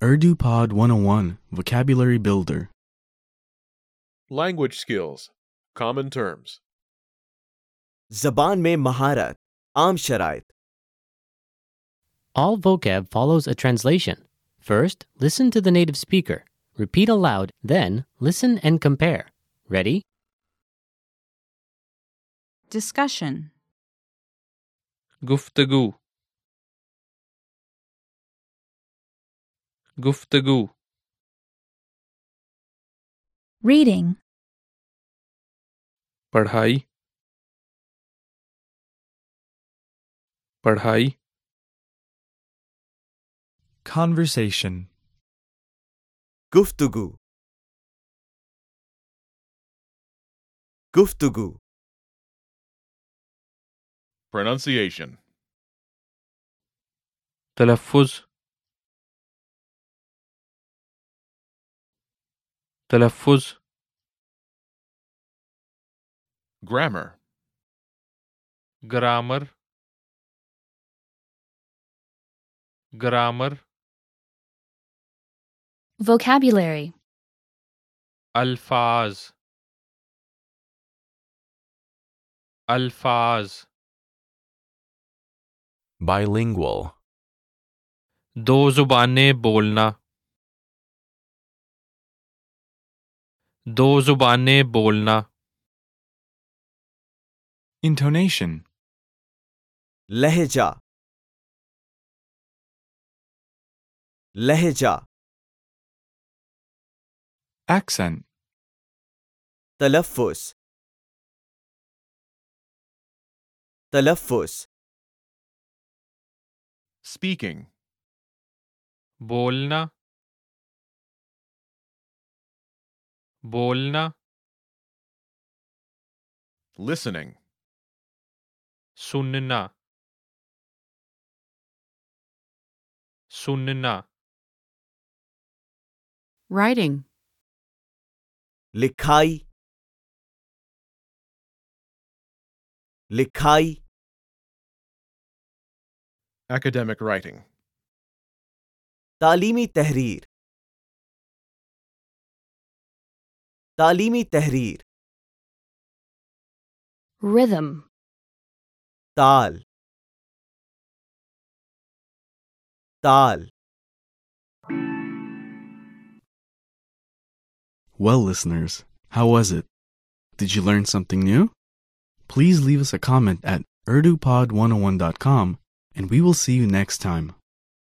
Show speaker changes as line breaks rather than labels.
UrduPod 101 Vocabulary Builder.
Language skills. Common terms.
जबान में महारत आम शराइत
All vocab follows a translation. First, listen to the native speaker. Repeat aloud, then, listen and compare. Ready?
Discussion.
گفتگو گفتگو
Reading.
پڑھائی پڑھائی
Conversation.
गुफ्तगु गुफ्तगु
Pronunciation.
تلفظ تلفظ
Grammar.
Grammar grammar
Vocabulary.
الفاظ الفاظ
bilingual,
دو زبانیں بولنا دو زبانیں بولنا
Intonation.
लहजा लहजा
Accent.
तलफ़ुस तलफ़ुस
Speaking.
بولنا بولنا
Listening.
سننا سننا
Writing.
लिखाई लिखाई
Academic writing.
तालीमी तहरीर तालीमी तहरीर
Rhythm.
ताल ताल
Well, listeners, how was it? Did you learn something new? oh Please leave us a comment at urdupod101.com and we will see you next time.